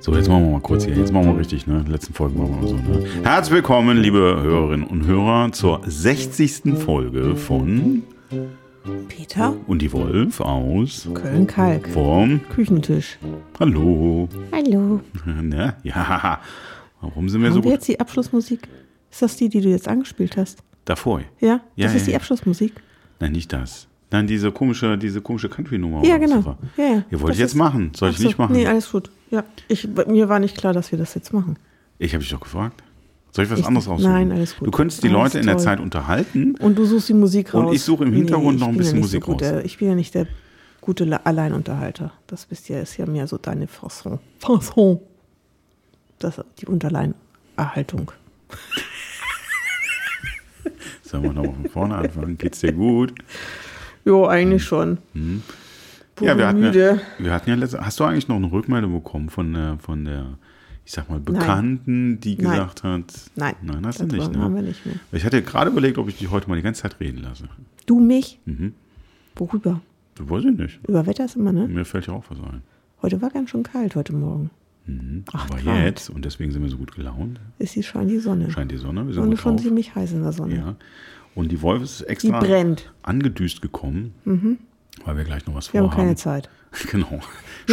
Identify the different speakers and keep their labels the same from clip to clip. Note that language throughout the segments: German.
Speaker 1: So, jetzt machen wir mal kurz hier. Jetzt machen wir richtig, ne? Die letzten Folgen machen wir so, ne? Herzlich willkommen, liebe Hörerinnen und Hörer, zur 60. Folge von
Speaker 2: Peter,
Speaker 1: Und die Wolf aus
Speaker 2: Köln-Kalk,
Speaker 1: vom
Speaker 2: Küchentisch.
Speaker 1: Hallo.
Speaker 2: Hallo.
Speaker 1: Ne? Ja. Warum sind wir so
Speaker 2: Haben wir
Speaker 1: gut?
Speaker 2: jetzt die Abschlussmusik? Ist das die, die du jetzt angespielt hast?
Speaker 1: Davor.
Speaker 2: Ja?
Speaker 1: Ja, ja,
Speaker 2: das ist die
Speaker 1: ja.
Speaker 2: Abschlussmusik?
Speaker 1: Nein, nicht das. Nein, diese komische, diese komische Country-Nummer.
Speaker 2: Ja,
Speaker 1: oder was
Speaker 2: genau.
Speaker 1: das war.
Speaker 2: Ja, ja.
Speaker 1: Ihr wollt
Speaker 2: Das
Speaker 1: ich jetzt
Speaker 2: ist-
Speaker 1: machen. Soll ich
Speaker 2: Ach so,
Speaker 1: nicht machen?
Speaker 2: Nee, alles gut. Ja, ich, mir war nicht klar, dass wir das jetzt machen.
Speaker 1: Ich habe dich doch gefragt. Soll ich was
Speaker 2: Ich-
Speaker 1: anderes raussuchen?
Speaker 2: nein, alles gut.
Speaker 1: Du könntest die
Speaker 2: Alles
Speaker 1: Leute in der
Speaker 2: toll.
Speaker 1: Zeit unterhalten.
Speaker 2: Und du suchst die Musik
Speaker 1: Und
Speaker 2: raus.
Speaker 1: ich suche im Hintergrund
Speaker 2: ich
Speaker 1: noch ein
Speaker 2: bin
Speaker 1: bisschen
Speaker 2: ja nicht
Speaker 1: Musik
Speaker 2: so gut,
Speaker 1: raus.
Speaker 2: der- Ich bin ja nicht der gute La- Alleinunterhalter. Das bist ja, ist ja mehr so deine Fasson. Fasson. Das, die Unterleinerhaltung.
Speaker 1: Sollen wir nochmal von vorne anfangen? Geht's dir gut?
Speaker 2: Jo, eigentlich schon. Puh,
Speaker 1: Mhm. ja, wir hatten ja,
Speaker 2: müde.
Speaker 1: wir hatten ja letzte. Hast du eigentlich noch eine Rückmeldung bekommen von der, von der ich sag mal, Bekannten, die
Speaker 2: Nein.
Speaker 1: gesagt hat.
Speaker 2: Nein.
Speaker 1: Nein, hast du
Speaker 2: Darüber
Speaker 1: nicht,
Speaker 2: haben wir
Speaker 1: ne?
Speaker 2: nicht mehr.
Speaker 1: Ich hatte gerade überlegt, ob ich dich heute mal die ganze Zeit reden lasse.
Speaker 2: Du mich?
Speaker 1: Mhm.
Speaker 2: Worüber?
Speaker 1: Das weiß ich nicht.
Speaker 2: Über Wetter ist immer, ne?
Speaker 1: Mir fällt ja auch was ein.
Speaker 2: Heute war ganz schön kalt heute Morgen.
Speaker 1: Mhm.
Speaker 2: Ach,
Speaker 1: Aber
Speaker 2: krank.
Speaker 1: jetzt, und deswegen sind wir so gut gelaunt,
Speaker 2: Ist die scheint die Sonne.
Speaker 1: scheint die Sonne, wir sind
Speaker 2: Sonne
Speaker 1: gut
Speaker 2: schon
Speaker 1: drauf.
Speaker 2: ziemlich heiß in der Sonne.
Speaker 1: Ja. Und die Wolf ist
Speaker 2: Die
Speaker 1: extra
Speaker 2: brennt. Mhm.
Speaker 1: angedüst gekommen, weil wir gleich noch was
Speaker 2: Wir haben
Speaker 1: vorhaben.
Speaker 2: keine Zeit.
Speaker 1: Genau.
Speaker 2: Wir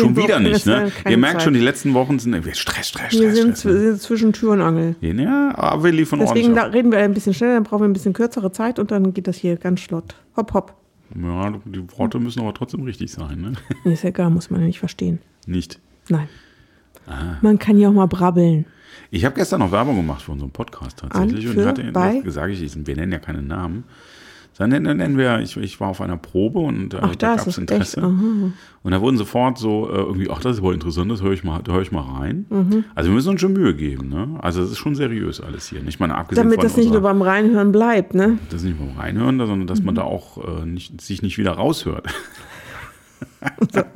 Speaker 1: Schon
Speaker 2: brauchen
Speaker 1: wieder nicht,
Speaker 2: jetzt
Speaker 1: ne?
Speaker 2: keine
Speaker 1: Ihr merkt
Speaker 2: Zeit.
Speaker 1: schon, die letzten Wochen sind irgendwie Stress, Stress,
Speaker 2: Wir
Speaker 1: Stress,
Speaker 2: sind,
Speaker 1: Stress.
Speaker 2: zw-
Speaker 1: Ne?
Speaker 2: sind zwischen Tür und Angel.
Speaker 1: Ja, aber wir liefern
Speaker 2: Deswegen da
Speaker 1: ordentlich.
Speaker 2: reden wir ein bisschen schneller, dann brauchen wir ein bisschen kürzere Zeit und dann geht das hier ganz schlott. Hopp, hopp.
Speaker 1: ab. Ja, die Worte müssen aber trotzdem richtig sein, ne?
Speaker 2: Nee, ist egal, muss man ja nicht verstehen.
Speaker 1: Nicht.
Speaker 2: Nein. Man kann ja auch mal brabbeln.
Speaker 1: Ich habe gestern noch Werbung gemacht für unseren Podcast tatsächlich
Speaker 2: An,
Speaker 1: und
Speaker 2: für,
Speaker 1: hatte
Speaker 2: bei?
Speaker 1: sage ich, wir nennen ja keine Namen. Sondern nennen- nennen wir, ich, ich war auf einer Probe und äh,
Speaker 2: Ach, da ist
Speaker 1: gab's
Speaker 2: es echt. Aha.
Speaker 1: Und da wurden sofort so äh, irgendwie, ach, das ist wohl interessant, das höre ich mal, da höre ich mal rein.
Speaker 2: Mhm.
Speaker 1: Also wir müssen uns schon Mühe geben, ne? Also es ist schon seriös alles hier. Ich meine, abgesehen
Speaker 2: Damit
Speaker 1: von
Speaker 2: das nicht nur
Speaker 1: unserer-
Speaker 2: beim Reinhören bleibt, ne?
Speaker 1: das nicht beim Reinhören, sondern dass
Speaker 2: Mhm.
Speaker 1: man da auch äh, nicht, sich nicht wieder raushört.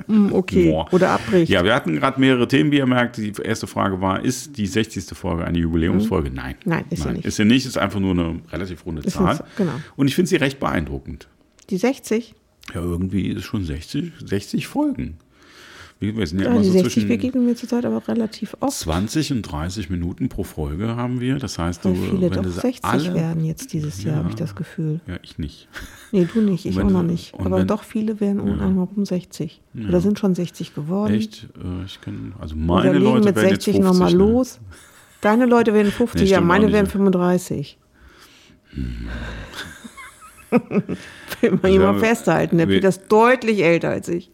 Speaker 2: Hm, okay.
Speaker 1: Boah.
Speaker 2: Oder abbricht.
Speaker 1: Ja, wir hatten gerade mehrere Themen, wie ihr merkt. Die erste Frage war, ist die 60. Folge eine Jubiläumsfolge? Nein.
Speaker 2: Mhm. Nein, ist sie nicht.
Speaker 1: Ist sie nicht, ist einfach nur eine relativ runde
Speaker 2: Ist
Speaker 1: Zahl.
Speaker 2: eine- genau.
Speaker 1: Und ich finde sie recht beeindruckend.
Speaker 2: Die 60.
Speaker 1: Ja, irgendwie ist schon 60, 60 Folgen. Wir wir sind ja,
Speaker 2: Ja,
Speaker 1: immer
Speaker 2: die
Speaker 1: so
Speaker 2: 60
Speaker 1: zwischen
Speaker 2: begegnen mir zurzeit aber relativ oft.
Speaker 1: 20 und 30 Minuten pro Folge haben wir. Das heißt,
Speaker 2: Weil
Speaker 1: du,
Speaker 2: viele
Speaker 1: wenn
Speaker 2: doch
Speaker 1: du sie
Speaker 2: 60
Speaker 1: alle,
Speaker 2: werden jetzt dieses Jahr, habe ich
Speaker 1: Ja.
Speaker 2: das Gefühl.
Speaker 1: Ja, ich nicht.
Speaker 2: Nee, du nicht, ich
Speaker 1: Und wenn
Speaker 2: auch noch
Speaker 1: sie-
Speaker 2: nicht.
Speaker 1: und
Speaker 2: Aber
Speaker 1: wenn-
Speaker 2: doch viele werden um einen herum 60. Oder sind schon 60 geworden.
Speaker 1: Echt? Äh, Ich kann, also
Speaker 2: Oder
Speaker 1: meine
Speaker 2: legen
Speaker 1: Leute
Speaker 2: mit
Speaker 1: werden jetzt
Speaker 2: 60
Speaker 1: 50.
Speaker 2: nochmal
Speaker 1: ne?
Speaker 2: los. Deine Leute werden 50,
Speaker 1: Nee,
Speaker 2: ja,
Speaker 1: stimmt auch
Speaker 2: meine
Speaker 1: nicht, Hm.
Speaker 2: werden
Speaker 1: ne?
Speaker 2: 35. Will man hier
Speaker 1: Ja, wir-
Speaker 2: mal festhalten, der
Speaker 1: wir-
Speaker 2: Peter ist deutlich älter als ich.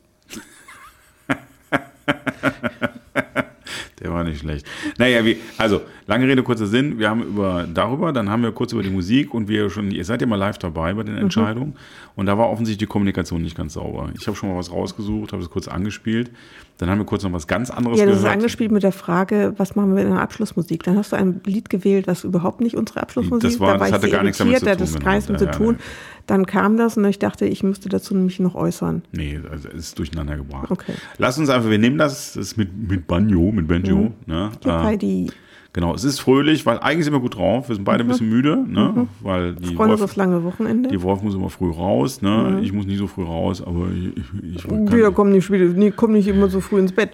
Speaker 1: Der war nicht schlecht. Naja, wie, also, lange Rede, kurzer Sinn. Wir haben über darüber, dann haben wir kurz über die Musik und wir schon, ihr seid ja mal live dabei bei den
Speaker 2: Mhm.
Speaker 1: Entscheidungen. Und da war offensichtlich die Kommunikation nicht ganz sauber. Ich habe schon mal was rausgesucht, habe es kurz angespielt. Dann haben wir kurz noch was ganz anderes
Speaker 2: Ja, das ist
Speaker 1: gehört.
Speaker 2: angespielt mit der Frage, was machen wir in der Abschlussmusik? Dann hast du ein Lied gewählt, was überhaupt nicht unsere Abschlussmusik
Speaker 1: Das
Speaker 2: ist.
Speaker 1: war-
Speaker 2: da war
Speaker 1: das
Speaker 2: ich
Speaker 1: hatte
Speaker 2: sehr
Speaker 1: gar nichts damit
Speaker 2: irritiert,
Speaker 1: zu
Speaker 2: da
Speaker 1: tun,
Speaker 2: hat das gar nichts
Speaker 1: genau.
Speaker 2: mit
Speaker 1: Ja,
Speaker 2: zu
Speaker 1: ja,
Speaker 2: tun.
Speaker 1: ja.
Speaker 2: Dann kam das und ich dachte, ich müsste dazu mich noch äußern.
Speaker 1: Nee, also es ist durcheinander gebracht.
Speaker 2: Okay.
Speaker 1: Lass uns einfach, wir nehmen das, das ist mit, mit Banjo, mit
Speaker 2: Mhm.
Speaker 1: Banjo. Ne? Äh,
Speaker 2: Heidi,
Speaker 1: genau, es ist fröhlich, weil eigentlich sind wir gut drauf. Wir sind beide ein
Speaker 2: Mhm.
Speaker 1: bisschen müde, ne? weil die
Speaker 2: freuen uns
Speaker 1: Wolf-
Speaker 2: aufs lange Wochenende.
Speaker 1: Die Wolf muss immer früh raus, ne?
Speaker 2: Mhm.
Speaker 1: Ich muss nie so früh raus, aber ich, ich, ich kann
Speaker 2: Wir kommen nicht, spät, nee, kommen nicht immer so früh ins Bett.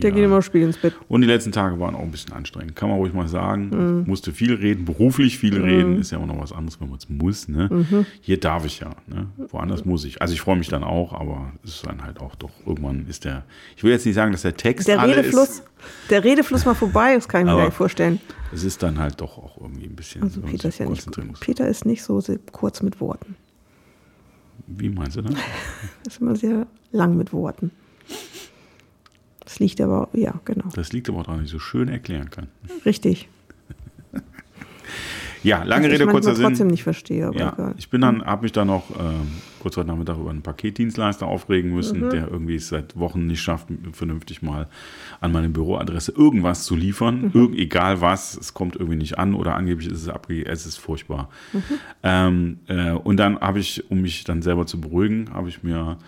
Speaker 2: Der
Speaker 1: Ja.
Speaker 2: geht immer spät ins Bett.
Speaker 1: Und die letzten Tage waren auch ein bisschen anstrengend, kann man ruhig mal
Speaker 2: Mhm.
Speaker 1: sagen. Musste viel reden, beruflich viel reden, ist ja auch noch was anderes, wenn man es muss, ne?
Speaker 2: Mhm.
Speaker 1: Hier darf ich ja, ne? Woanders muss ich. Also ich freue mich dann auch, aber es ist dann halt auch doch irgendwann ist der Ich will jetzt nicht sagen, dass der Text
Speaker 2: Der
Speaker 1: alle
Speaker 2: Redefluss,
Speaker 1: ist.
Speaker 2: der Redefluss mal vorbei, das kann ich mir
Speaker 1: Aber-
Speaker 2: gar nicht vorstellen.
Speaker 1: Es ist dann halt doch auch irgendwie ein bisschen
Speaker 2: Also
Speaker 1: wenn man
Speaker 2: Peter
Speaker 1: sich
Speaker 2: ist ja nicht,
Speaker 1: konzentrieren muss.
Speaker 2: Peter ist nicht so sehr kurz mit Worten.
Speaker 1: Wie meinst du das?
Speaker 2: Er ist immer sehr lang mit Worten. Das liegt aber, ja, genau.
Speaker 1: Das liegt aber auch daran, dass ich so schön erklären kann.
Speaker 2: Richtig.
Speaker 1: Ja, lange
Speaker 2: Was
Speaker 1: Rede
Speaker 2: ich
Speaker 1: kurzer
Speaker 2: manchmal
Speaker 1: Sinn.
Speaker 2: trotzdem nicht verstehe, aber
Speaker 1: Ja,
Speaker 2: egal.
Speaker 1: ich bin dann, habe mich dann noch ähm, kurz heute Nachmittag über einen Paketdienstleister aufregen müssen, der irgendwie es seit Wochen nicht schafft, vernünftig mal an meine Büroadresse irgendwas zu liefern. Irgend, egal was, es kommt irgendwie nicht an oder angeblich ist es abgegeben, es ist furchtbar. Ähm, äh, und dann habe ich, um mich dann selber zu beruhigen, habe ich mir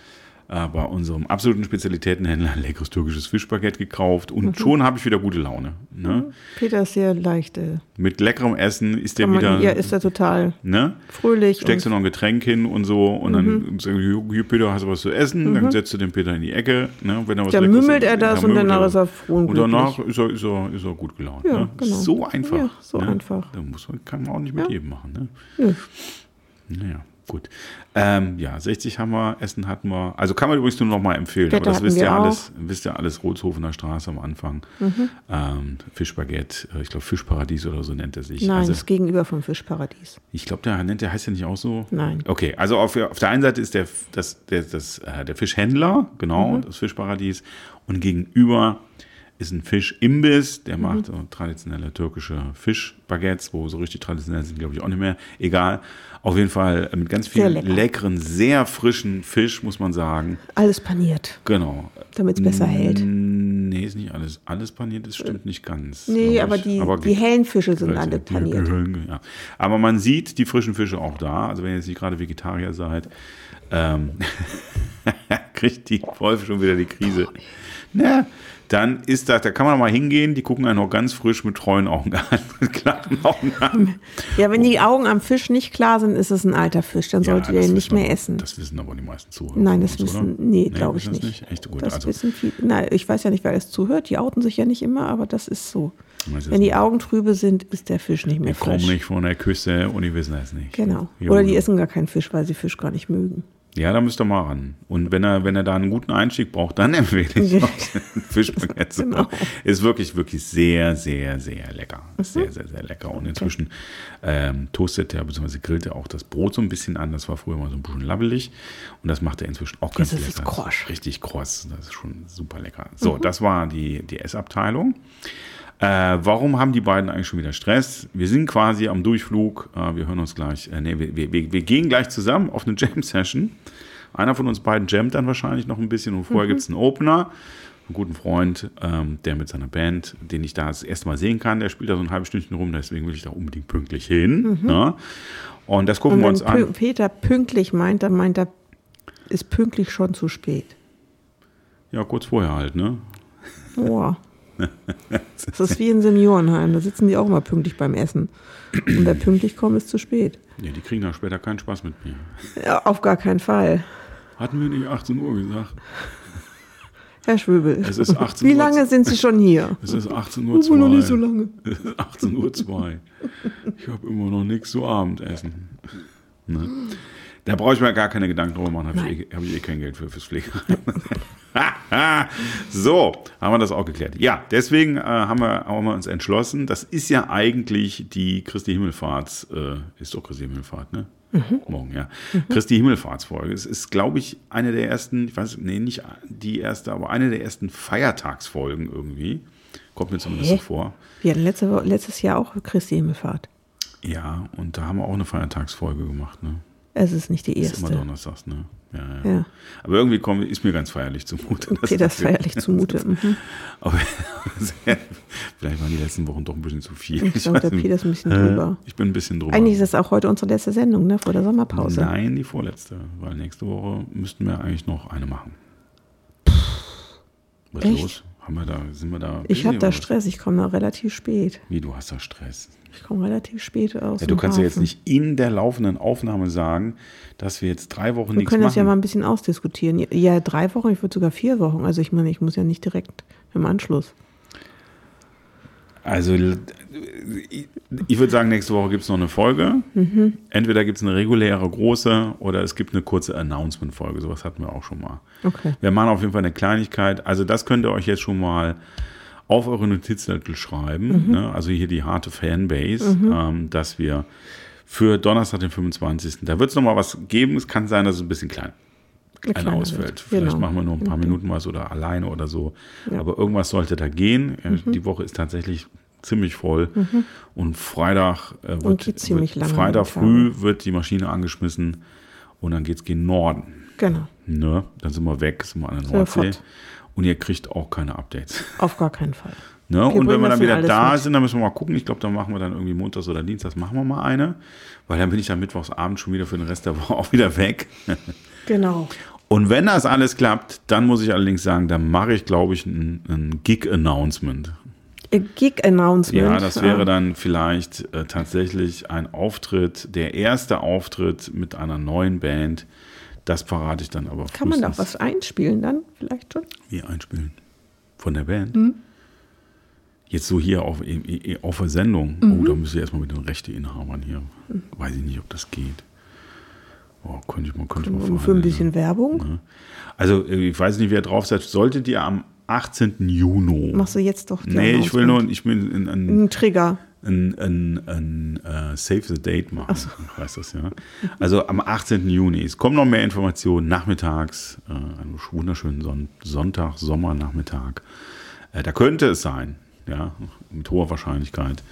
Speaker 1: äh, bei unserem absoluten Spezialitätenhändler ein leckeres türkisches Fischbaguette gekauft und schon habe ich wieder gute Laune. Ne?
Speaker 2: Peter ist sehr leicht. Äh,
Speaker 1: Mit leckerem Essen ist der
Speaker 2: kann man-
Speaker 1: wieder.
Speaker 2: ja, ist er total
Speaker 1: ne?
Speaker 2: fröhlich.
Speaker 1: steckst du
Speaker 2: und, Mhm.
Speaker 1: noch ein Getränk hin und so und dann sagst du, "Jo, hier, Peter, hast du was zu essen? Dann setzt du den Peter in die Ecke. Ne? Und wenn er was
Speaker 2: Dann
Speaker 1: Leckeres
Speaker 2: mümmelt Mhm. er
Speaker 1: isst,
Speaker 2: das und
Speaker 1: mümmelt
Speaker 2: danach ist er froh und
Speaker 1: Und danach ist er, ist, er, ist er gut gelaunt.
Speaker 2: Ja,
Speaker 1: ne?
Speaker 2: genau.
Speaker 1: So einfach. ne?
Speaker 2: Ja, so einfach.
Speaker 1: Da muss man, kann man auch nicht mit jedem machen. Ne?
Speaker 2: Nö.
Speaker 1: Naja, gut. Ähm, ja, 60 haben wir, Essen hatten wir. Also kann man übrigens nur noch mal empfehlen.
Speaker 2: Wetter
Speaker 1: aber das
Speaker 2: hatten
Speaker 1: wisst ihr
Speaker 2: wir Mhm.
Speaker 1: alles, wisst ihr alles, Rotshofener Straße am Anfang. Ähm, Fischbaguette, äh, ich glaube Fischparadies oder so nennt er sich.
Speaker 2: nein,
Speaker 1: also,
Speaker 2: das Gegenüber vom Fischparadies.
Speaker 1: ich glaube, der nennt, der heißt ja nicht auch so.
Speaker 2: Nein.
Speaker 1: Okay, also auf, auf der einen Seite ist der, F- das, der, das, äh, der Fischhändler, genau,
Speaker 2: Mhm.
Speaker 1: das Fischparadies. Und gegenüber ist ein Fischimbiss,
Speaker 2: Mhm.
Speaker 1: der macht so traditionelle türkische Fischbaguettes, wo so richtig traditionell sind, glaube ich, auch nicht mehr. Egal. Auf jeden Fall äh, mit ganz viel
Speaker 2: Sehr lecker.
Speaker 1: leckeren, sehr frischen Fisch, muss man sagen.
Speaker 2: Alles paniert,
Speaker 1: Genau. Mm,
Speaker 2: damit es besser hält. Äh,
Speaker 1: Nee, ist nicht alles. Alles paniert, das stimmt nicht ganz. glaub
Speaker 2: Nee,
Speaker 1: ich.
Speaker 2: aber die,
Speaker 1: ge-
Speaker 2: die hellen Fische sind
Speaker 1: Weiß
Speaker 2: alle
Speaker 1: nicht, die
Speaker 2: paniert.
Speaker 1: Gehöllen, Ja. Aber man sieht die frischen Fische auch da. Also wenn ihr jetzt nicht gerade Vegetarier seid, ähm, kriegt die Wolf schon wieder die Krise. Na, dann ist das, da kann man mal hingehen, die gucken einen auch ganz frisch mit treuen Augen an, mit klaren Augen an.
Speaker 2: Ja, wenn die Augen am Fisch nicht klar sind, ist es ein alter Fisch. Dann solltet ihr
Speaker 1: das wissen
Speaker 2: ihn nicht mehr
Speaker 1: aber-
Speaker 2: essen.
Speaker 1: Das wissen aber die meisten Zuhörer. von
Speaker 2: Nein, das
Speaker 1: uns, oder?
Speaker 2: wissen, nee, glaube ich
Speaker 1: wissen das
Speaker 2: nicht.
Speaker 1: Echt gut.
Speaker 2: Das
Speaker 1: also,
Speaker 2: wissen viele. Nein, ich weiß ja nicht, wer das zuhört. Die outen sich ja nicht immer, aber das ist so.
Speaker 1: Weiß es
Speaker 2: Wenn die
Speaker 1: nicht.
Speaker 2: Augen trübe sind, ist der Fisch nicht mehr
Speaker 1: die kommen
Speaker 2: frisch.
Speaker 1: nicht von der Küste und die wissen das nicht.
Speaker 2: Genau.
Speaker 1: Jo,
Speaker 2: Oder die
Speaker 1: jo.
Speaker 2: essen gar keinen Fisch, weil sie Fisch gar nicht mögen.
Speaker 1: Ja, da müsst ihr mal ran. Und wenn er, wenn er da einen guten Einstieg braucht, dann empfehle ich
Speaker 2: Ja.
Speaker 1: auch den Fischbaguette.
Speaker 2: Genau.
Speaker 1: Ist wirklich, wirklich sehr, sehr, sehr lecker. Sehr, sehr, sehr lecker. Und inzwischen ähm, toastet er bzw. grillt er auch das Brot so ein bisschen an. Das war früher mal so ein bisschen labbelig. Und das macht er inzwischen auch ganz
Speaker 2: Das
Speaker 1: lecker.
Speaker 2: ist krosch. Mhm.
Speaker 1: Richtig kross. Das ist schon super lecker. So, das war die, die Essabteilung. Äh, warum haben die beiden eigentlich schon wieder Stress? Wir sind quasi am Durchflug. Äh, wir hören uns gleich. Äh, nee, wir, wir, wir wir gehen gleich zusammen auf eine Jam-Session. Einer von uns beiden jammt dann wahrscheinlich noch ein bisschen und
Speaker 2: Mhm.
Speaker 1: vorher gibt's einen Opener. Einen guten Freund, ähm, der mit seiner Band, den ich da das erste Mal sehen kann, der spielt da so ein halbes Stündchen rum, deswegen will ich da unbedingt pünktlich hin. Ne? Und das gucken
Speaker 2: Mhm. Und
Speaker 1: wir
Speaker 2: wenn
Speaker 1: uns
Speaker 2: Pü
Speaker 1: an.
Speaker 2: Peter pünktlich meint, dann meint er, ist pünktlich schon zu spät.
Speaker 1: Ja, kurz vorher halt, ne?
Speaker 2: Boah. Das ist wie in Seniorenheim. Da sitzen die auch immer pünktlich beim Essen. Und wer pünktlich kommt, ist zu spät.
Speaker 1: Ja, die kriegen da später keinen Spaß mit mir.
Speaker 2: Ja, auf gar keinen Fall.
Speaker 1: Hatten wir nicht 18 Uhr gesagt?
Speaker 2: Herr Schwöbel.
Speaker 1: Es ist 18
Speaker 2: Wie
Speaker 1: Uhr.
Speaker 2: lange sind Sie schon hier?
Speaker 1: Es ist 18 Uhr.
Speaker 2: Oh, noch nicht so lange.
Speaker 1: 18 Uhr 2. Ich habe immer noch nichts zu Abendessen. Ne? Da brauche ich mir gar keine Gedanken drüber machen, habe ich, eh- hab ich eh kein Geld für fürs Pflegeheim. so, haben wir das auch geklärt. Ja, deswegen äh, haben, wir, haben wir uns entschlossen, das ist ja eigentlich die Christi Himmelfahrts, äh, ist doch Christi Himmelfahrt, ne?
Speaker 2: Mhm.
Speaker 1: Morgen, ja. Christi Himmelfahrtsfolge. Es ist, glaube ich, eine der ersten, ich weiß, nee, nicht die erste, aber eine der ersten Feiertagsfolgen irgendwie. Kommt mir zumindest so
Speaker 2: Hä?
Speaker 1: vor.
Speaker 2: Wir hatten letzte, Wo- letztes Jahr auch Christi Himmelfahrt.
Speaker 1: Ja, und da haben wir auch eine Feiertagsfolge gemacht, ne?
Speaker 2: Es ist nicht die
Speaker 1: Ist immer
Speaker 2: erste.
Speaker 1: donnerstags, ne? Ja, ja.
Speaker 2: Ja.
Speaker 1: Aber irgendwie kommen, ist mir ganz feierlich zumute. dass
Speaker 2: Peter ist
Speaker 1: wir-
Speaker 2: feierlich zumute. Mhm.
Speaker 1: Aber, vielleicht waren die letzten Wochen doch ein bisschen zu viel.
Speaker 2: Ich glaube, der
Speaker 1: weiß nicht. Äh,
Speaker 2: Peter ist ein bisschen drüber.
Speaker 1: ich bin ein bisschen drüber.
Speaker 2: Eigentlich ist das auch heute unsere letzte Sendung, ne? Vor der Sommerpause.
Speaker 1: Nein, die vorletzte, weil nächste Woche müssten wir eigentlich noch eine machen. Was
Speaker 2: Echt?
Speaker 1: los? Haben wir da, sind wir da?
Speaker 2: Ich habe
Speaker 1: busy
Speaker 2: da
Speaker 1: oder was?
Speaker 2: Stress, ich komme da relativ spät.
Speaker 1: Wie, du hast da Stress?
Speaker 2: Ich komme relativ spät aus.
Speaker 1: Ja, du
Speaker 2: dem
Speaker 1: kannst ja jetzt
Speaker 2: Hafen.
Speaker 1: nicht in der laufenden Aufnahme sagen, dass wir jetzt drei Wochen
Speaker 2: Wir
Speaker 1: nichts machen.
Speaker 2: können das ja mal ein bisschen ausdiskutieren. Ja, drei Wochen, ich würde sogar vier Wochen. Also ich meine, ich muss ja nicht direkt im Anschluss.
Speaker 1: Also l- ich- ich würde sagen, nächste Woche gibt es noch eine Folge. Entweder gibt es eine reguläre große oder es gibt eine kurze Announcement-Folge. Sowas hatten wir auch schon mal.
Speaker 2: Okay.
Speaker 1: Wir machen auf jeden Fall eine Kleinigkeit. Also das könnt ihr euch jetzt schon mal auf eure Notizzettel schreiben. Ne? Also hier die harte Fanbase, ähm, dass wir für Donnerstag, den 25. Da wird es nochmal was geben. Es kann sein, dass es ein bisschen klein
Speaker 2: Eine
Speaker 1: einer
Speaker 2: kleine
Speaker 1: ausfällt.
Speaker 2: Welt.
Speaker 1: Vielleicht
Speaker 2: Genau.
Speaker 1: machen wir nur ein paar Minuten was oder alleine oder so. Aber irgendwas sollte da gehen. Äh,
Speaker 2: Mhm.
Speaker 1: Die Woche ist tatsächlich ziemlich voll. Und Freitag äh, wird,
Speaker 2: geht Mhm. ziemlich
Speaker 1: wird
Speaker 2: lange ne?
Speaker 1: Freitag
Speaker 2: mit Tagen.
Speaker 1: früh wird die Maschine angeschmissen und dann geht's gen Norden.
Speaker 2: Genau,
Speaker 1: Ne? Dann sind wir weg, sind wir an der
Speaker 2: wir
Speaker 1: Nordsee.
Speaker 2: fort.
Speaker 1: Und ihr kriegt auch keine Updates.
Speaker 2: auf gar keinen Fall.
Speaker 1: Ne? Und wenn
Speaker 2: bringen
Speaker 1: wir
Speaker 2: das
Speaker 1: dann
Speaker 2: dann
Speaker 1: wieder
Speaker 2: alles
Speaker 1: da
Speaker 2: mit.
Speaker 1: sind, dann müssen wir mal gucken. Ich glaube, dann machen wir dann irgendwie montags oder dienstags machen wir mal eine. Weil dann bin ich dann mittwochsabend schon wieder für den Rest der Woche auch wieder weg.
Speaker 2: Genau.
Speaker 1: Und wenn das alles klappt, dann muss ich allerdings sagen, dann mache ich, glaube ich, ein, ein Gig-Announcement.
Speaker 2: A Äh, Gig Announcement. Ähm,
Speaker 1: Ja, das wäre dann vielleicht äh, tatsächlich ein Auftritt, der erste Auftritt mit einer neuen Band. Das verrate ich dann aber
Speaker 2: Kann man da
Speaker 1: frühestens.
Speaker 2: was einspielen dann vielleicht schon?
Speaker 1: Wie einspielen? Von der Band?
Speaker 2: Mhm.
Speaker 1: Jetzt so hier auf, eh, eh, eh, auf der Sendung.
Speaker 2: Mhm.
Speaker 1: Oh, da müsste ich erstmal mit den Rechteinhabern hier. Weiß ich nicht, ob das geht. Oh, könnte ich mal, könnte ich mal
Speaker 2: Um, für ein
Speaker 1: verhandeln,
Speaker 2: bisschen Werbung.
Speaker 1: ne? Also, äh, ich weiß nicht, wer drauf seid. Solltet ihr am 18. Juni.
Speaker 2: Machst du jetzt doch die
Speaker 1: Nee, ich will
Speaker 2: Announcement.
Speaker 1: nur, ich will in, in,
Speaker 2: einen Trigger.
Speaker 1: ein, ein, ein äh, Save the Date machen. Ich weiß das ja. Also am 18. Juni. Es kommen noch mehr Informationen nachmittags, äh, einen wunderschönen Son Sonntag, Sommernachmittag. Äh, da könnte es sein, ja, mit hoher Wahrscheinlichkeit,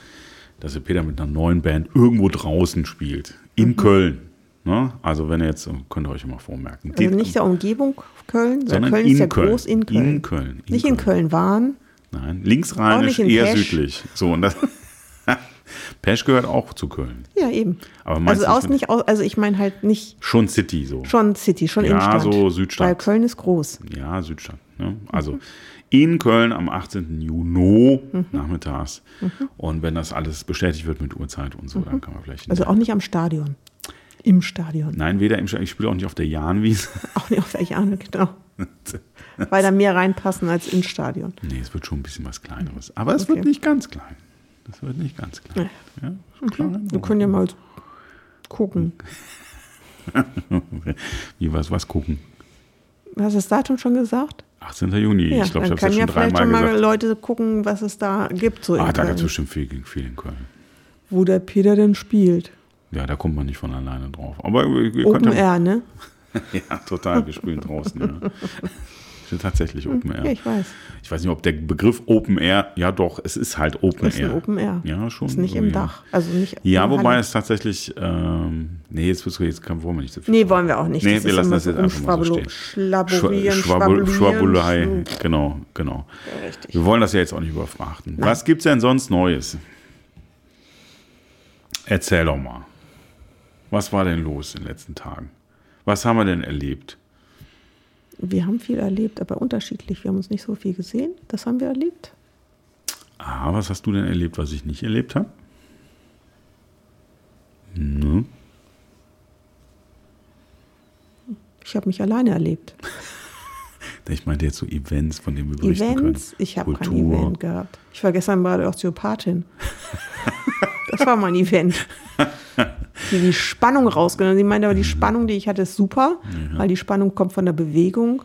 Speaker 1: dass ihr Peter mit einer neuen Band irgendwo draußen spielt.
Speaker 2: Mhm.
Speaker 1: In Köln. Ne? Also wenn ihr jetzt, könnt ihr euch ja mal vormerken.
Speaker 2: Also nicht der Umgebung Köln, sondern
Speaker 1: Sondern
Speaker 2: Köln
Speaker 1: in
Speaker 2: ist ja
Speaker 1: Köln.
Speaker 2: groß in Köln.
Speaker 1: In Köln, in
Speaker 2: nicht in Köln waren.
Speaker 1: Nein,
Speaker 2: Auch
Speaker 1: linksrheinisch
Speaker 2: nicht in
Speaker 1: eher
Speaker 2: Pesch.
Speaker 1: südlich. So, und das Pesch gehört auch zu Köln.
Speaker 2: Ja, eben.
Speaker 1: Aber meinst du,
Speaker 2: also
Speaker 1: es
Speaker 2: aus
Speaker 1: wird-
Speaker 2: nicht aus, also ich meine halt nicht
Speaker 1: Schon City so.
Speaker 2: schon City, schon
Speaker 1: Ja,
Speaker 2: Innenstadt.
Speaker 1: so Südstadt.
Speaker 2: Weil Köln ist groß.
Speaker 1: Ja, Südstadt. Ne? Also in Köln am 18. Juni
Speaker 2: Mhm.
Speaker 1: nachmittags. Und wenn das alles bestätigt wird mit Uhrzeit und so, dann kann man vielleicht.
Speaker 2: Also auch nicht am Stadion. Im Stadion.
Speaker 1: Nein, weder im Sta- Ich spiele auch nicht auf der Jahnwiese.
Speaker 2: Auch nicht auf der Jahre, genau. Weil da mehr reinpassen als ins Stadion.
Speaker 1: nee, es wird schon ein bisschen was Kleineres. Aber es wird
Speaker 2: Okay.
Speaker 1: nicht ganz klein. Das wird nicht ganz klein. Ja, klein.
Speaker 2: Wir können ja mal gucken.
Speaker 1: Wie was, was gucken?
Speaker 2: Hast du das Datum schon gesagt?
Speaker 1: 18. Juni. ich glaube, ich
Speaker 2: dann
Speaker 1: habe
Speaker 2: kann
Speaker 1: es
Speaker 2: ja
Speaker 1: schon
Speaker 2: vielleicht
Speaker 1: dreimal
Speaker 2: schon mal
Speaker 1: gesagt.
Speaker 2: Leute gucken, was es da gibt, so
Speaker 1: Ah,
Speaker 2: in
Speaker 1: da
Speaker 2: Köln,
Speaker 1: gibt es bestimmt viel, viel in Köln.
Speaker 2: wo der Peter denn spielt.
Speaker 1: Ja, da kommt man nicht von alleine drauf. Aber ihr, ihr könnt
Speaker 2: Open
Speaker 1: ja
Speaker 2: Air, ne?
Speaker 1: Ja, total. Wir spielen draußen, ja. Das ist tatsächlich Open
Speaker 2: Ja.
Speaker 1: Air.
Speaker 2: ich weiß.
Speaker 1: Ich weiß nicht, ob der Begriff Open Air, ja doch, es ist halt Open
Speaker 2: Ist
Speaker 1: Air.
Speaker 2: ein Open Air.
Speaker 1: Ja, schon.
Speaker 2: Ist nicht
Speaker 1: so,
Speaker 2: im
Speaker 1: ja.
Speaker 2: Dach. Also nicht
Speaker 1: Ja,
Speaker 2: in der
Speaker 1: wobei
Speaker 2: Halle.
Speaker 1: es tatsächlich, ähm, nee, jetzt, wird's- jetzt kann, wollen wir nicht so viel.
Speaker 2: Nee, wollen wir auch nicht.
Speaker 1: Nee,
Speaker 2: Das
Speaker 1: wir
Speaker 2: ist
Speaker 1: lassen
Speaker 2: immer
Speaker 1: das jetzt einfach mal so
Speaker 2: rumschwabbelo-
Speaker 1: stehen.
Speaker 2: Schlaburieren,
Speaker 1: Schwabul-
Speaker 2: schwabulieren. Äh,
Speaker 1: Schwabulei, genau, genau.
Speaker 2: Ja, richtig.
Speaker 1: Wir wollen das ja jetzt auch nicht überfrachten. Was gibt's denn sonst Neues? Erzähl doch mal. Was war denn los in den letzten Tagen? Was haben wir denn erlebt?
Speaker 2: Wir haben viel erlebt, aber unterschiedlich. Wir haben uns nicht so viel gesehen. Das haben wir erlebt.
Speaker 1: Ah, was hast du denn erlebt, was ich nicht erlebt habe?
Speaker 2: Ich habe mich alleine erlebt.
Speaker 1: Ich meinte jetzt so Events, von denen wir berichten
Speaker 2: Events?
Speaker 1: können.
Speaker 2: Ich habe kein
Speaker 1: Kultur.
Speaker 2: Event gehabt. Ich war gestern bei der Osteopathin. das war mein Event. Die die Spannung rausgenommen. Sie meinte aber, die
Speaker 1: Mhm.
Speaker 2: Spannung, die ich hatte, ist super, weil die Spannung kommt von der Bewegung.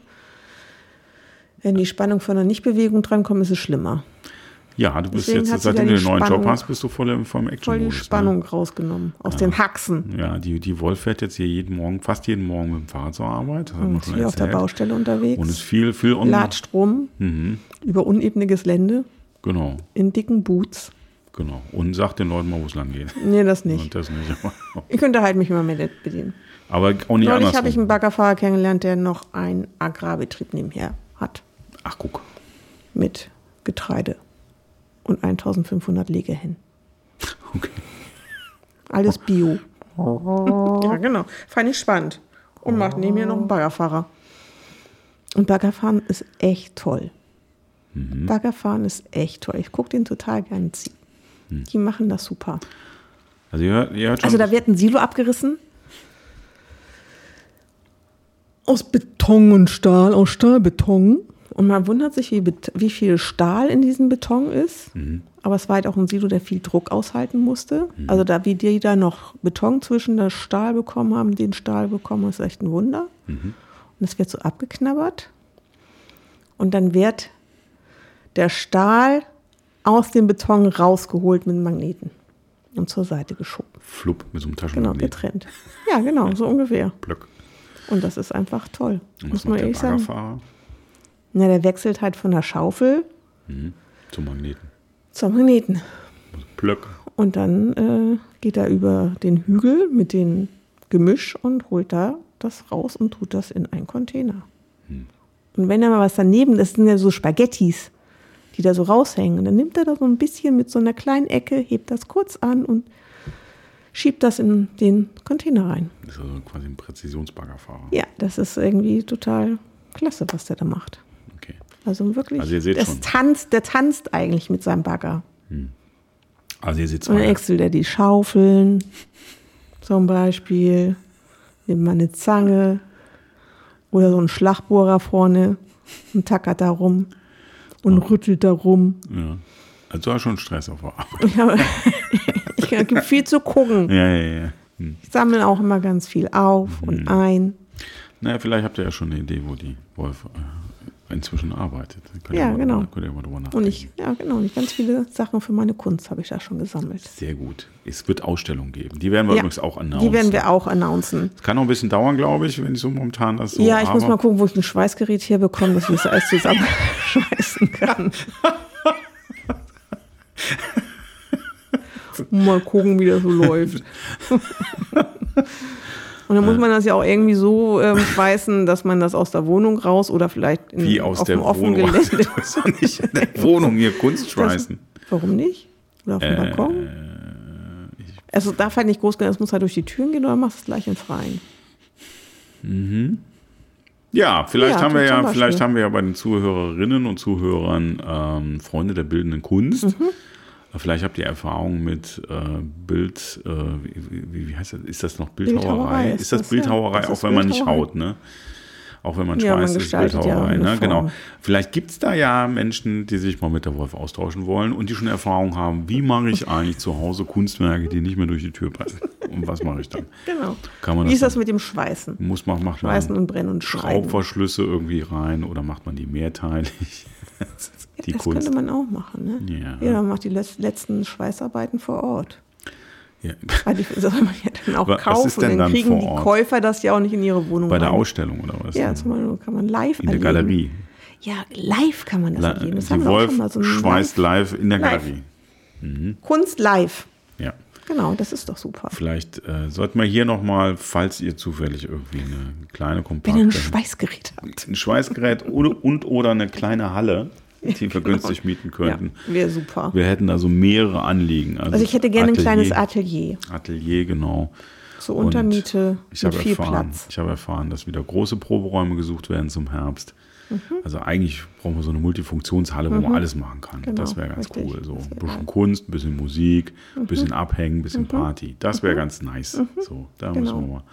Speaker 2: Wenn die Spannung von der Nichtbewegung drankommt, ist es schlimmer.
Speaker 1: Ja, du bist
Speaker 2: Deswegen hat
Speaker 1: jetzt,
Speaker 2: sie
Speaker 1: seitdem
Speaker 2: da
Speaker 1: du
Speaker 2: die
Speaker 1: den neuen Job
Speaker 2: Spannung-
Speaker 1: hast, bist du voll im, voll im action
Speaker 2: Voll die Spannung rausgenommen. Aus den Haxen.
Speaker 1: Ne? Ja, die, die Wolf fährt jetzt hier jeden Morgen, fast jeden Morgen mit dem Fahrrad zur Arbeit. Das haben wir
Speaker 2: Und
Speaker 1: schon
Speaker 2: hier auf der
Speaker 1: erzählt.
Speaker 2: Baustelle unterwegs.
Speaker 1: Und Mhm. ist viel, viel on
Speaker 2: latscht rum über unebniges Gelände
Speaker 1: Genau,
Speaker 2: in dicken Boots.
Speaker 1: genau. Und sagt den Leuten mal, wo es lang geht.
Speaker 2: Nee, das nicht.
Speaker 1: Und das nicht.
Speaker 2: Ich könnte halt mich mal mit bedienen.
Speaker 1: Aber auch nicht
Speaker 2: Neulich habe ich
Speaker 1: andersrum.
Speaker 2: einen Baggerfahrer kennengelernt, der noch einen Agrarbetrieb nebenher hat
Speaker 1: Ach, guck.
Speaker 2: mit Getreide und 1500 Legehennen.
Speaker 1: Okay.
Speaker 2: Alles Bio. ja, genau. Fand ich spannend. Und macht neben mir noch einen Baggerfahrer. Und Baggerfahren ist echt toll. Baggerfahren ist echt toll. Ich gucke den total gerne. Die machen das super.
Speaker 1: Also, ihr hört, ihr hört schon.
Speaker 2: Also da wird ein Silo abgerissen. Aus Beton und Stahl, aus Stahlbeton. Und man wundert sich, wie, bet- wie viel Stahl in diesem Beton ist. Aber es war halt auch ein Silo, der viel Druck aushalten musste. Also da, wie die da noch Beton zwischen das Stahl bekommen haben, den Stahl bekommen, ist echt ein Wunder. Und es wird so abgeknabbert. Und dann wird der Stahl aus dem Beton rausgeholt mit Magneten und zur Seite geschoben.
Speaker 1: Flupp mit so einem
Speaker 2: Genau,
Speaker 1: Taschenmagnet.
Speaker 2: getrennt. Ja, genau, so ungefähr.
Speaker 1: Plöck.
Speaker 2: Und das ist einfach toll.
Speaker 1: Und was macht
Speaker 2: Muss man
Speaker 1: der
Speaker 2: ehrlich sagen.
Speaker 1: Baggerfahrer?
Speaker 2: Na, der wechselt halt von der Schaufel
Speaker 1: Zum Magneten.
Speaker 2: zum Magneten.
Speaker 1: Plöck.
Speaker 2: Und dann äh, geht er über den Hügel mit dem Gemisch und holt da das raus und tut das in einen Container.
Speaker 1: Hm.
Speaker 2: Und wenn da mal was daneben, das sind ja so Spaghettis, die da so raushängen, dann nimmt er da so ein bisschen mit so einer kleinen Ecke, hebt das kurz an und schiebt das in den Container rein.
Speaker 1: Das ist also quasi ein Präzisionsbaggerfahrer.
Speaker 2: Ja, das ist irgendwie total klasse, was der da macht.
Speaker 1: Okay.
Speaker 2: Also wirklich,
Speaker 1: Also ihr seht
Speaker 2: das
Speaker 1: schon.
Speaker 2: tanzt, der tanzt eigentlich mit seinem Bagger.
Speaker 1: Also hier sitzt
Speaker 2: Und dann
Speaker 1: einer.
Speaker 2: äxtelt er die Schaufeln zum Beispiel, nimmt mal eine Zange oder so einen Schlagbohrer vorne und tackert da rum und rüttelt da rum.
Speaker 1: Ja. Also du hast schon Stress auf der Arbeit.
Speaker 2: Ich habe ich hab viel zu gucken.
Speaker 1: Ja, Mhm. ja, ja. Hm.
Speaker 2: Ich sammle auch immer ganz viel auf und ein.
Speaker 1: Naja, vielleicht habt ihr ja schon eine Idee, wo die Wolf äh, inzwischen arbeitet. Könnt ihr
Speaker 2: Ja,
Speaker 1: mal
Speaker 2: genau.
Speaker 1: drüber- Könnt ihr mal drüber nachdenken.
Speaker 2: Und ich, ja genau, und ich ganz viele Sachen für meine Kunst habe ich da schon gesammelt.
Speaker 1: Sehr gut. Es wird Ausstellungen geben. Die werden wir
Speaker 2: Ja,
Speaker 1: übrigens auch announcen.
Speaker 2: Die werden wir auch announcen.
Speaker 1: Kann noch ein bisschen dauern, glaube ich, wenn ich so momentan das so
Speaker 2: ja, ich muss
Speaker 1: aber-
Speaker 2: mal gucken, wo ich ein Schweißgerät herbekomme, dass ich das alles zusammenschweißen kann. mal gucken, wie das so läuft. Und dann muss man das ja auch irgendwie so ähm, schweißen, dass man das aus der Wohnung raus oder vielleicht in,
Speaker 1: Wie aus
Speaker 2: Äh, auf
Speaker 1: der
Speaker 2: dem offenen
Speaker 1: Wohnung.
Speaker 2: Gelände.
Speaker 1: Du sollst doch nicht in der Wohnung hier Kunst
Speaker 2: Das,
Speaker 1: schmeißen.
Speaker 2: warum nicht? Oder auf
Speaker 1: Äh.
Speaker 2: dem Balkon? Also darf halt nicht groß gehen, es muss halt durch die Türen gehen oder machst es gleich im Freien.
Speaker 1: Ja, vielleicht
Speaker 2: Ja,
Speaker 1: haben wir
Speaker 2: zum
Speaker 1: ja,
Speaker 2: Beispiel.
Speaker 1: vielleicht haben wir ja bei den Zuhörerinnen und Zuhörern ähm, Freunde der bildenden Kunst.
Speaker 2: Mhm.
Speaker 1: Äh, Vielleicht habt ihr Erfahrung mit äh, Bild, äh, wie, wie, wie heißt das? Ist das noch Bildhauerei?
Speaker 2: Bildhauerei
Speaker 1: ist,
Speaker 2: ist
Speaker 1: das,
Speaker 2: das, ja.
Speaker 1: Bildhauerei,
Speaker 2: Das
Speaker 1: auch
Speaker 2: ist
Speaker 1: wenn man nicht
Speaker 2: Bildhauerei.
Speaker 1: haut, ne? Auch wenn man
Speaker 2: Ja, man
Speaker 1: schweißt, ist
Speaker 2: gestaltet ja
Speaker 1: Bildhauerei,
Speaker 2: eine
Speaker 1: ne? Genau.
Speaker 2: Form.
Speaker 1: Vielleicht gibt's da ja Menschen, die sich mal mit der Wolf austauschen wollen und die schon Erfahrung haben, wie mache ich eigentlich zu Hause Kunstwerke, die nicht mehr durch die Tür passen? Und was mache ich dann?
Speaker 2: Genau.
Speaker 1: Kann man
Speaker 2: Wie
Speaker 1: das
Speaker 2: ist das
Speaker 1: dann-
Speaker 2: mit dem Schweißen?
Speaker 1: Muss man, macht man
Speaker 2: Schweißen und brennen und schreiben.
Speaker 1: Schraubverschlüsse irgendwie rein oder macht man die mehrteilig? die
Speaker 2: das
Speaker 1: Kunst.
Speaker 2: könnte man auch machen, ne?
Speaker 1: Ja.
Speaker 2: Ja, man macht die letz- letzten Schweißarbeiten vor Ort.
Speaker 1: Ja.
Speaker 2: Weil die soll man ja dann auch
Speaker 1: Wa- was ist
Speaker 2: kaufen.
Speaker 1: denn dann
Speaker 2: dann kriegen
Speaker 1: vor
Speaker 2: die
Speaker 1: Ort?
Speaker 2: Käufer das ja auch nicht in ihre Wohnung.
Speaker 1: Bei der
Speaker 2: rein.
Speaker 1: Ausstellung oder was?
Speaker 2: Ja, zum Beispiel kann man live
Speaker 1: in der
Speaker 2: erleben.
Speaker 1: Galerie.
Speaker 2: Ja, live kann man das
Speaker 1: La äh,
Speaker 2: erleben. Das
Speaker 1: die
Speaker 2: haben wir auch
Speaker 1: Wolf
Speaker 2: schon mal so ein
Speaker 1: schweißt live, in der
Speaker 2: Live.
Speaker 1: Galerie.
Speaker 2: live. Kunst live.
Speaker 1: Ja.
Speaker 2: Genau, das ist doch super.
Speaker 1: Vielleicht äh, sollten wir hier nochmal, falls ihr zufällig irgendwie eine kleine
Speaker 2: Wenn ihr ein
Speaker 1: kompakte,
Speaker 2: Schweißgerät habt.
Speaker 1: ein Schweißgerät oder, und oder eine kleine Halle, die wir günstig mieten könnten.
Speaker 2: Ja, wäre super.
Speaker 1: Wir hätten also mehrere Anliegen. Also,
Speaker 2: also ich hätte gerne ein kleines Atelier.
Speaker 1: Atelier, genau.
Speaker 2: Zur
Speaker 1: Und
Speaker 2: Untermiete
Speaker 1: Ich
Speaker 2: mit
Speaker 1: habe
Speaker 2: viel
Speaker 1: erfahren,
Speaker 2: Platz.
Speaker 1: ich habe erfahren, dass wieder große Proberäume gesucht werden zum Herbst.
Speaker 2: Mhm.
Speaker 1: Also eigentlich brauchen wir so eine Multifunktionshalle, wo man alles machen kann.
Speaker 2: Genau,
Speaker 1: das wäre ganz
Speaker 2: richtig.
Speaker 1: cool. So
Speaker 2: Das
Speaker 1: ein
Speaker 2: wär Mhm.
Speaker 1: bisschen Kunst, ein bisschen Musik, ein bisschen Abhängen, ein bisschen Party. Das wäre ganz nice. So, da müssen,
Speaker 2: Genau.
Speaker 1: wir mal,